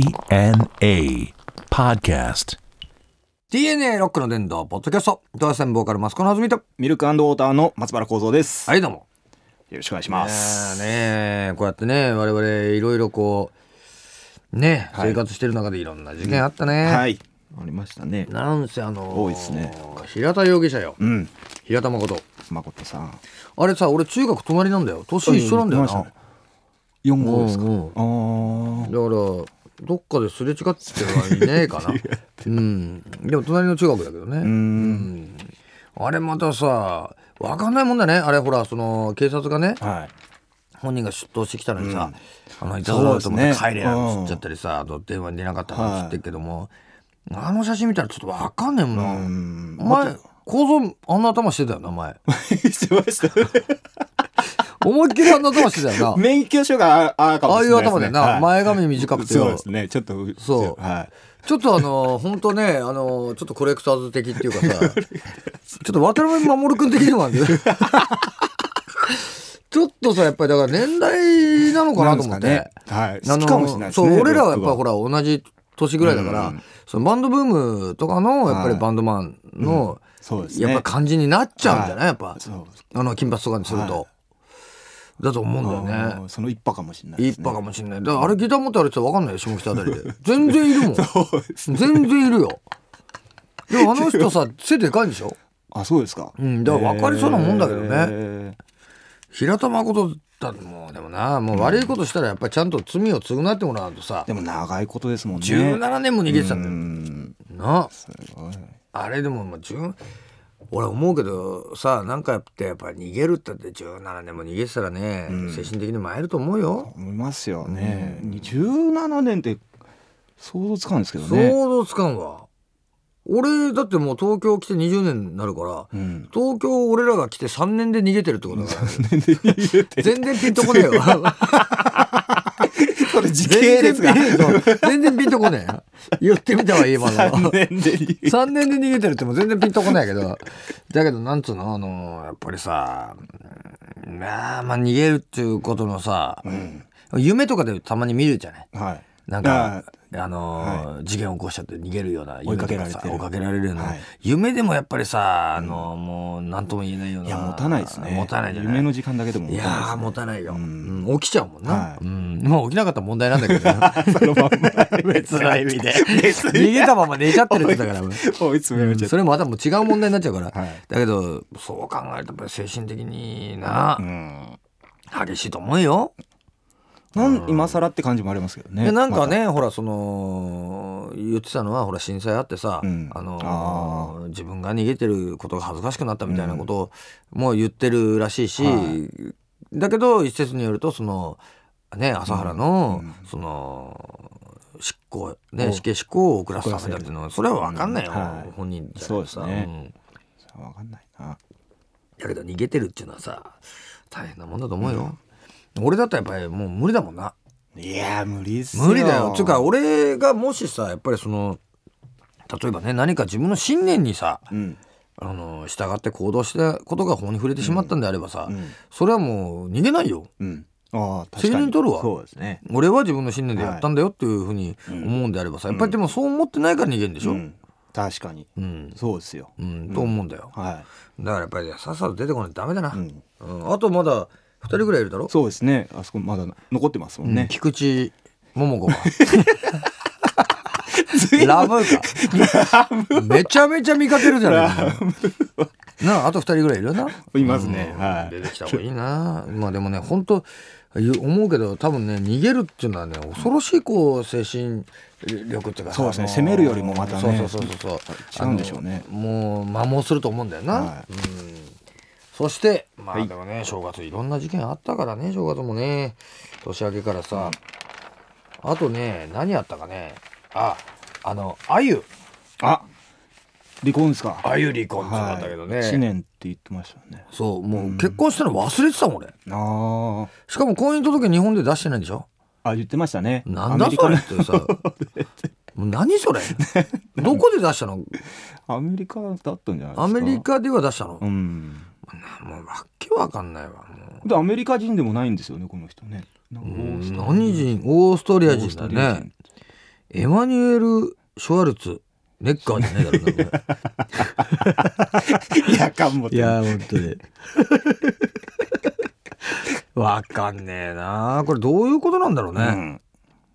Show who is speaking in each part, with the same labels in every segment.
Speaker 1: DNA Podcast.
Speaker 2: DNA ロックの伝道ポッドキャストドアセンボーカルマスコのはずみと
Speaker 3: ミルクウォーターの松原幸三です、
Speaker 2: はいどうも
Speaker 3: よろしくお願いします。
Speaker 2: ねえねえこうやってね我々いろいろこうね、
Speaker 3: はい
Speaker 2: 生活してる中でいろんな事件あったね、
Speaker 3: はい、ありましたね。
Speaker 2: なんせあのー
Speaker 3: 多いっすね
Speaker 2: 平田容疑者よ
Speaker 3: うん、
Speaker 2: 平田誠
Speaker 3: 誠さん。
Speaker 2: あれさ俺中学隣なんだよ年一緒なんだよな、
Speaker 3: うん四号ですか。
Speaker 2: うんうんだ
Speaker 3: あ
Speaker 2: からどっかですれ違ってはいねえか なうんでも隣の中学だけどね
Speaker 3: あ、うん、
Speaker 2: あれまたさわかんないもんだねあれほらその警察がね
Speaker 3: は
Speaker 2: 本人が出頭してきたのにさ、あのいた
Speaker 3: そ
Speaker 2: ぞ
Speaker 3: うで
Speaker 2: と
Speaker 3: す
Speaker 2: 思
Speaker 3: ね
Speaker 2: って帰れなんつっちゃったりさ、あと電話に出なかったなんつってっけども、あの写真見たらちょっとわかんねえもんな、
Speaker 3: い。うん、
Speaker 2: お前構造あんな頭してたよな前
Speaker 3: してました。
Speaker 2: 思いっきりあんな頭して たよな
Speaker 3: 免許証があ、あ、か
Speaker 2: あ
Speaker 3: も
Speaker 2: あ
Speaker 3: し
Speaker 2: い
Speaker 3: れ
Speaker 2: う
Speaker 3: ないです
Speaker 2: 頭
Speaker 3: ね。
Speaker 2: でな、
Speaker 3: はい
Speaker 2: 前髪短くて
Speaker 3: そう
Speaker 2: よ
Speaker 3: ですね。ちょっと。
Speaker 2: そう
Speaker 3: は
Speaker 2: ちょっとあの本当ねあのちょっとコレクターズ的っていうか さちょっと渡辺守君的でもあるんだよちょっとさやっぱりだから年代なの
Speaker 3: い。
Speaker 2: かなと思って、
Speaker 3: なんですかね。はい。好きかもしれないですね。
Speaker 2: そう俺らはやっぱほ
Speaker 3: ら。
Speaker 2: ら同じ年ぐらいだから、
Speaker 3: うん
Speaker 2: そのバンドブームとかのやっぱり
Speaker 3: はい
Speaker 2: バンドマンの、
Speaker 3: そうですね。
Speaker 2: やっぱ感じになっちゃうんじゃない、
Speaker 3: はい
Speaker 2: やっぱ
Speaker 3: そう。
Speaker 2: あの金髪とかにすると、
Speaker 3: は
Speaker 2: だと思うんだよ
Speaker 3: あ
Speaker 2: ね
Speaker 3: ーその一派かもしれないです
Speaker 2: 一
Speaker 3: ね。
Speaker 2: 派かもしんないだからあれギター持ってある人分かんないよ下北あた りで全然いるもん全然いるよで もあの人さ背でかいんでしょ
Speaker 3: あ、そうですか。
Speaker 2: うんだから分かりそうなもんだけどね
Speaker 3: ね。
Speaker 2: 平田誠だってもうでもなもう悪いことしたらやっぱりちゃんと罪を償ってもらわんとさ
Speaker 3: でも長いことですもんね。
Speaker 2: 17年も逃げてたんだ
Speaker 3: う
Speaker 2: よ、
Speaker 3: ん。
Speaker 2: な
Speaker 3: すごい。
Speaker 2: あれでもまあ10俺思うけどさなんかやってやっぱ逃げるったって17年も逃げてたらね、精神的に参ると思うよ、
Speaker 3: 思いますよね。17年って想像つかんですけど
Speaker 2: 想
Speaker 3: ね。
Speaker 2: 像つかんわ俺だってもう東京来て20年になるから、
Speaker 3: うん。
Speaker 2: 東京俺らが来て3年で逃げてるってことだから全然ピンとこねえわ
Speaker 3: それ 時系
Speaker 2: 全
Speaker 3: 列が
Speaker 2: 然ピンそう全然ピンとこねえ言ってみたわ今の
Speaker 3: 3年でに
Speaker 2: 3年で逃げてるっても全然ピンとこないけどだけどなんつうのあのやっぱりさうんまあまあ逃げるっていうことのさ、夢とかでたまに見るじゃない
Speaker 3: はい。
Speaker 2: なん
Speaker 3: だ
Speaker 2: かあのー事件起こしちゃって逃げるような夢とさ
Speaker 3: 追いかけられてる
Speaker 2: 追いかけられるような、
Speaker 3: はい
Speaker 2: 夢でもやっぱりさあのー、もう何とも言えないようない
Speaker 3: や持たないですね。
Speaker 2: 持たないじゃない
Speaker 3: 夢の時間だけでも
Speaker 2: い
Speaker 3: 持
Speaker 2: や
Speaker 3: たない
Speaker 2: ー持たないよ、
Speaker 3: うん
Speaker 2: うん起きちゃうもんな、
Speaker 3: はい
Speaker 2: うん、まあ起きなかったら問題なんだけどな
Speaker 3: です。そのまんま
Speaker 2: 別の意味で
Speaker 3: 別
Speaker 2: 逃げたまま寝ちゃってるって言ってたから
Speaker 3: に追い詰められちゃった
Speaker 2: それまたもう違う問題になっちゃうから、
Speaker 3: はい
Speaker 2: だけどそう考えるとやっぱり精神的にな
Speaker 3: う、ん。
Speaker 2: 激しいと思うよ。
Speaker 3: なん今更って感じもありますけどね。
Speaker 2: でなんかね、ほらその言ってたのはほら震災あってさ、
Speaker 3: うん
Speaker 2: あの
Speaker 3: あ
Speaker 2: 自分が逃げてることが恥ずかしくなったみたいなことをもう言ってるらしいし、
Speaker 3: は
Speaker 2: だけど一説によるとそのね朝原の、
Speaker 3: うん
Speaker 2: その執行ね
Speaker 3: お
Speaker 2: 死刑執行を遅らせためだっていうのはそれは分かんないよ、
Speaker 3: うんはい
Speaker 2: 本人じゃ
Speaker 3: そう
Speaker 2: な
Speaker 3: で
Speaker 2: い
Speaker 3: す
Speaker 2: さ。
Speaker 3: ね
Speaker 2: ん
Speaker 3: まだ。わかんない
Speaker 2: だ
Speaker 3: な。
Speaker 2: けど逃げてるっていうのはさ大変なもんだと思うよ、俺だったらやっぱりもう無理だもんない
Speaker 3: やー無理っすよ。
Speaker 2: 無理だよつうか俺がもしさやっぱりその例えばね何か自分の信念にさ
Speaker 3: うん。
Speaker 2: あの従って行動したことが法に触れてしまったんであればさ、
Speaker 3: うん
Speaker 2: それはもう逃げないよ
Speaker 3: うん。ああ確かに。
Speaker 2: 責任取るわ
Speaker 3: そうですね。
Speaker 2: 俺は自分の信念でやったんだよっていうふうに思うんであればさ、やっぱりでもそう思ってないから逃げるんでしょ、う
Speaker 3: うんん確かに。
Speaker 2: うん
Speaker 3: そうですよ。
Speaker 2: と思うんだよ
Speaker 3: は
Speaker 2: だからやっぱりさっさと出てこないとダメだな、
Speaker 3: い。うん。
Speaker 2: うんあとまだ2人ぐらいいるだろ
Speaker 3: そうですね。あそこまだ残ってますもんね。
Speaker 2: 菊池桃子がラブかめちゃめちゃ見かけるじゃないなああと2人ぐらいいるよな
Speaker 3: いますね。はい。
Speaker 2: 出てきた方がいいなまあでもね本当言う思うけど多分ね逃げるっていうのはね恐ろしいこう精神力っていうか
Speaker 3: そうですね
Speaker 2: あの
Speaker 3: 攻めるよりもまたね
Speaker 2: そうそうそうそうそう
Speaker 3: 違うんでしょうね
Speaker 2: あのもう摩耗すると思うんだよな、
Speaker 3: は
Speaker 2: うんそしてまあでもね、正月いろんな事件あったからね正月もね年明けからさあとね何あったかねああのあゆ
Speaker 3: あ、離婚ですか。
Speaker 2: あゆ離婚ってなったけどね、
Speaker 3: はい一年って言ってましたよね。
Speaker 2: そうもう結婚したの忘れてたもん俺
Speaker 3: あ
Speaker 2: しかも婚姻届日本で出してないんでしょ
Speaker 3: あ。あ、言ってましたね。
Speaker 2: なんだそれってさもう何そ れどこで出したの
Speaker 3: アメリカアメリカだったんじゃないですか。
Speaker 2: アメリ。カでは出したの、
Speaker 3: うん。
Speaker 2: もうわけわかんないわもう
Speaker 3: でアメリカ人でもないんですよねこの人ね。なんかオースト
Speaker 2: 何人オーストリア人だねエマニュエル・シュワルツネッカーじゃないだろうなこれ
Speaker 3: いやかん も
Speaker 2: いやー本当に わかんねえなこれどういうことなんだろう
Speaker 3: う
Speaker 2: ね
Speaker 3: ん、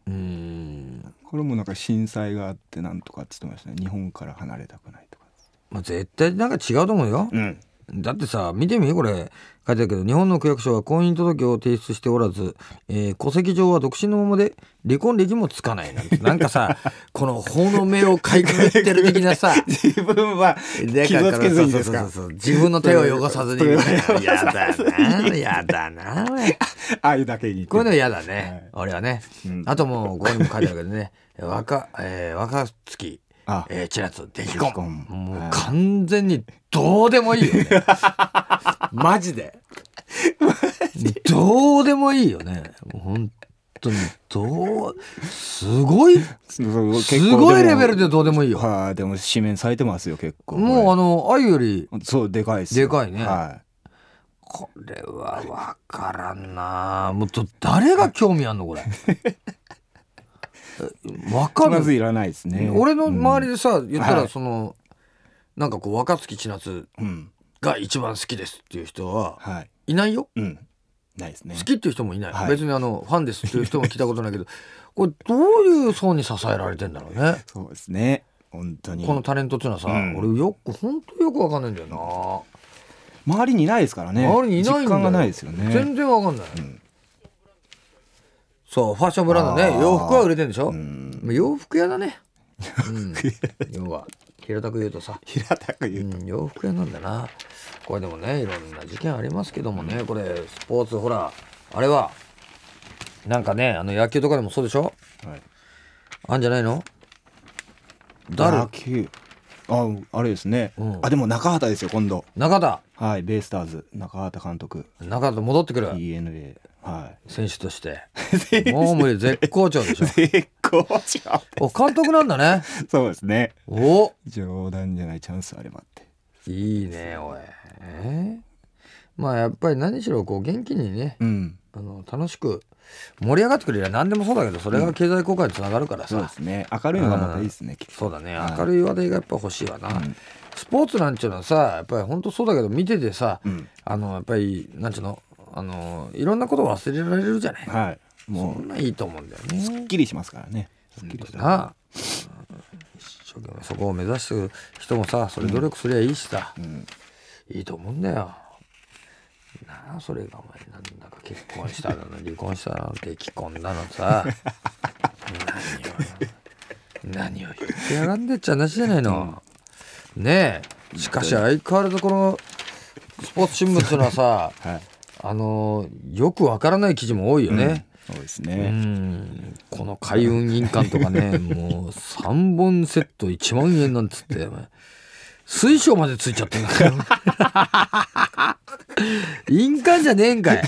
Speaker 2: うーん
Speaker 3: これもなんか震災があってなんとかっつってましたね日本から離れたくないとか、
Speaker 2: まあ、絶対なんか違うと思うよ
Speaker 3: うん、
Speaker 2: だってさ見てみこれ書いてあるけど日本の区役所は婚姻届を提出しておらず、えー戸籍上は独身のままで離婚歴もつかないなんてなんか さこの法の目をかいくぐってる的なさ
Speaker 3: 自分は
Speaker 2: だ
Speaker 3: 傷をつけずにですか
Speaker 2: そうそうそうそう自分の手を汚さずに
Speaker 3: そ
Speaker 2: み
Speaker 3: れ
Speaker 2: たいなやだなやだなおい
Speaker 3: ああいうだけに
Speaker 2: こういうの
Speaker 3: や
Speaker 2: 嫌だね、俺はね、
Speaker 3: うん
Speaker 2: あともうここにも書いてあるけどね 若,、えー、若月
Speaker 3: あ
Speaker 2: えー、チラツデキコ
Speaker 3: コ
Speaker 2: ン
Speaker 3: ン
Speaker 2: も
Speaker 3: は
Speaker 2: う
Speaker 3: い
Speaker 2: 完全にどうでもいいよねマジでどうでもいいよねもう本当にどうすごい
Speaker 3: すご
Speaker 2: すごいレベルでどうでもいいよ
Speaker 3: はいでも紙面されてますよ結構
Speaker 2: もうあのあゆより
Speaker 3: うそうでかいっすよ
Speaker 2: でかいね
Speaker 3: は
Speaker 2: これはわからんなもうど誰が興味あんのこれ えわ
Speaker 3: い
Speaker 2: か
Speaker 3: ま
Speaker 2: る
Speaker 3: ずいらないですね
Speaker 2: 俺の周りでさ、言った
Speaker 3: は
Speaker 2: ら
Speaker 3: い
Speaker 2: その、なんかこう若槻千夏
Speaker 3: うん、うん
Speaker 2: が一番好きですっていう人は
Speaker 3: はい
Speaker 2: いないよ、
Speaker 3: うんないですね
Speaker 2: 好きっていう人もいない、
Speaker 3: はい
Speaker 2: 別にあのファンですっていう人も聞いたことないけど これどういう層に支えられてんだろうね
Speaker 3: そうですね本当に
Speaker 2: このタレントっていうのはさ、
Speaker 3: うん
Speaker 2: 俺よく本当よくわかんないんだよ
Speaker 3: 周りにいないですから
Speaker 2: な、
Speaker 3: ね
Speaker 2: 周りにいないんだよ
Speaker 3: 実感がないですよね
Speaker 2: 全然わかんない、
Speaker 3: ん
Speaker 2: そうファッションブランドね
Speaker 3: あー
Speaker 2: 洋服は売れてんでしょ、
Speaker 3: うん
Speaker 2: まあ洋服屋だね、うん、要は平たく言うとさ
Speaker 3: 平たく言う
Speaker 2: うん、洋服屋なんだなこれでもねいろんな事件ありますけどもねこれスポーツほらあれはなんかねあの野球とかでもそうでしょ
Speaker 3: と、はい
Speaker 2: あんじゃないの
Speaker 3: 野
Speaker 2: 誰
Speaker 3: 球ああれですね、
Speaker 2: うん
Speaker 3: あでも中畑ですよ今度
Speaker 2: 中田
Speaker 3: はいベイスターズ中畑監督
Speaker 2: 中田戻ってくる
Speaker 3: DNA は
Speaker 2: 選手としてもう無理絶好調でしょ
Speaker 3: い絶好調
Speaker 2: お監督なんだね
Speaker 3: そうですね
Speaker 2: お
Speaker 3: 冗談じゃないチャンスあればって
Speaker 2: いいねおいえーまあやっぱり何しろこう元気にね
Speaker 3: うん
Speaker 2: あの楽しく盛り上がってくれりゃ何でもそうだけどそれが経済効果につながるからさ、
Speaker 3: そうですね明るいのがまたいいですねきっと
Speaker 2: そうだね
Speaker 3: はい
Speaker 2: 明るい話題がやっぱ欲しいわな、
Speaker 3: うん
Speaker 2: スポーツなんちゅうのはさやっぱり本当そうだけど見ててさ、
Speaker 3: うん
Speaker 2: あのやっぱりなんちゅうのあのいろんなこと忘れられるじゃない、
Speaker 3: はい
Speaker 2: そ
Speaker 3: も
Speaker 2: んないいと思うんだよね
Speaker 3: うすっきりしますからねすっきりした
Speaker 2: なあ一生懸命そこを目指してる人もさそれ努力すりゃいいしさ、
Speaker 3: うん
Speaker 2: いいと思うんだよなあそれがお前なんだか結婚しただの離婚しただの激婚だのさ 何を何を言ってやがんでっちゃなしじゃないの、ねえしかし相変わらずこのスポーツ新聞っていうのはさ
Speaker 3: はい
Speaker 2: あのよくわからない記事も多いよね、
Speaker 3: そうです
Speaker 2: う
Speaker 3: ね
Speaker 2: んこの海運銀館とか ねもう3本セット1万円なんつってお前水晶までついちゃってんだから 印鑑じゃねえんかい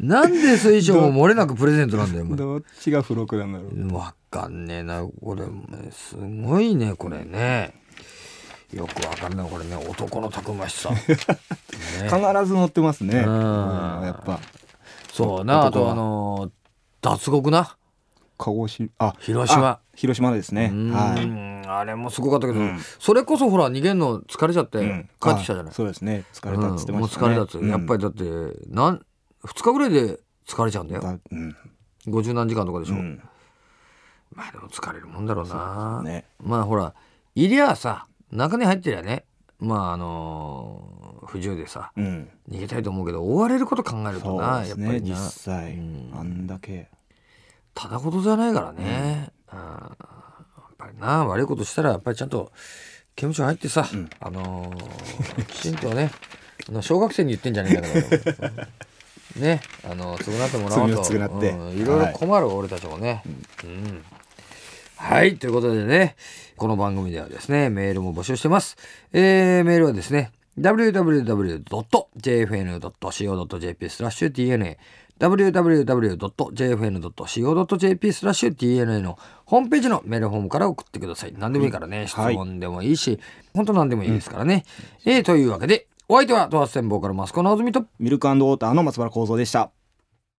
Speaker 2: なんで水晶も漏れなくプレゼントなんだよお前
Speaker 3: どっちが付録なんだろう
Speaker 2: わかんねえなこれすごいねこれねよくわかんないこれね男のたくまし さね
Speaker 3: 必ず乗ってますね
Speaker 2: う
Speaker 3: うんんやっぱ
Speaker 2: そうなあ
Speaker 3: 男
Speaker 2: と
Speaker 3: は
Speaker 2: あの脱獄な
Speaker 3: 鹿児島あ
Speaker 2: 広島
Speaker 3: あ広島ですね
Speaker 2: うーん
Speaker 3: はい
Speaker 2: あれもすごかったけど、
Speaker 3: うん
Speaker 2: それこそほら逃げんの疲れちゃって
Speaker 3: うん
Speaker 2: 帰ってきたじゃない、
Speaker 3: あそうですね疲れ
Speaker 2: う
Speaker 3: たっ
Speaker 2: ん
Speaker 3: つって
Speaker 2: もう
Speaker 3: ました
Speaker 2: 疲
Speaker 3: ね
Speaker 2: れたっつ、やっぱり
Speaker 3: り
Speaker 2: だってなん2日ぐらいで疲れちゃうんだよ
Speaker 3: うん
Speaker 2: 50何時間とかでしょ、
Speaker 3: うん
Speaker 2: まあでも疲れるもんだろうな
Speaker 3: ね
Speaker 2: まあほらいりゃあさ中に入ってりゃねまああのー不自由でさ
Speaker 3: うん
Speaker 2: 逃げたいと思うけど追われること考えると
Speaker 3: そう
Speaker 2: な、
Speaker 3: で
Speaker 2: や
Speaker 3: す
Speaker 2: っぱ
Speaker 3: ね
Speaker 2: りな
Speaker 3: 実際
Speaker 2: うん
Speaker 3: あんだけ
Speaker 2: ただことじゃないからね、うんやっぱりな悪いことしたらやっぱりちゃんと刑務所入ってさ、
Speaker 3: うん
Speaker 2: あのーきちんとね あの小学生に言ってんじゃねえんだから うんねあの償ってもらおうと
Speaker 3: 罪を償って
Speaker 2: うんいろいろ困る、俺たちもね。うんはい。ということでね、この番組ではですね、メールも募集してます。えーメールはですね、www.jfn.co.jp スラッシュ tna www.jfn.co.jp スラッシュ tna のホームページのメールフォームから送ってください。何でもいいからね、質
Speaker 3: はい
Speaker 2: 問でもいいし、本当何でもいいですからね。えーというわけで、お相手は、トワステンボーカルマスコのあずみと、
Speaker 3: ミルクウォーターの松原幸三でした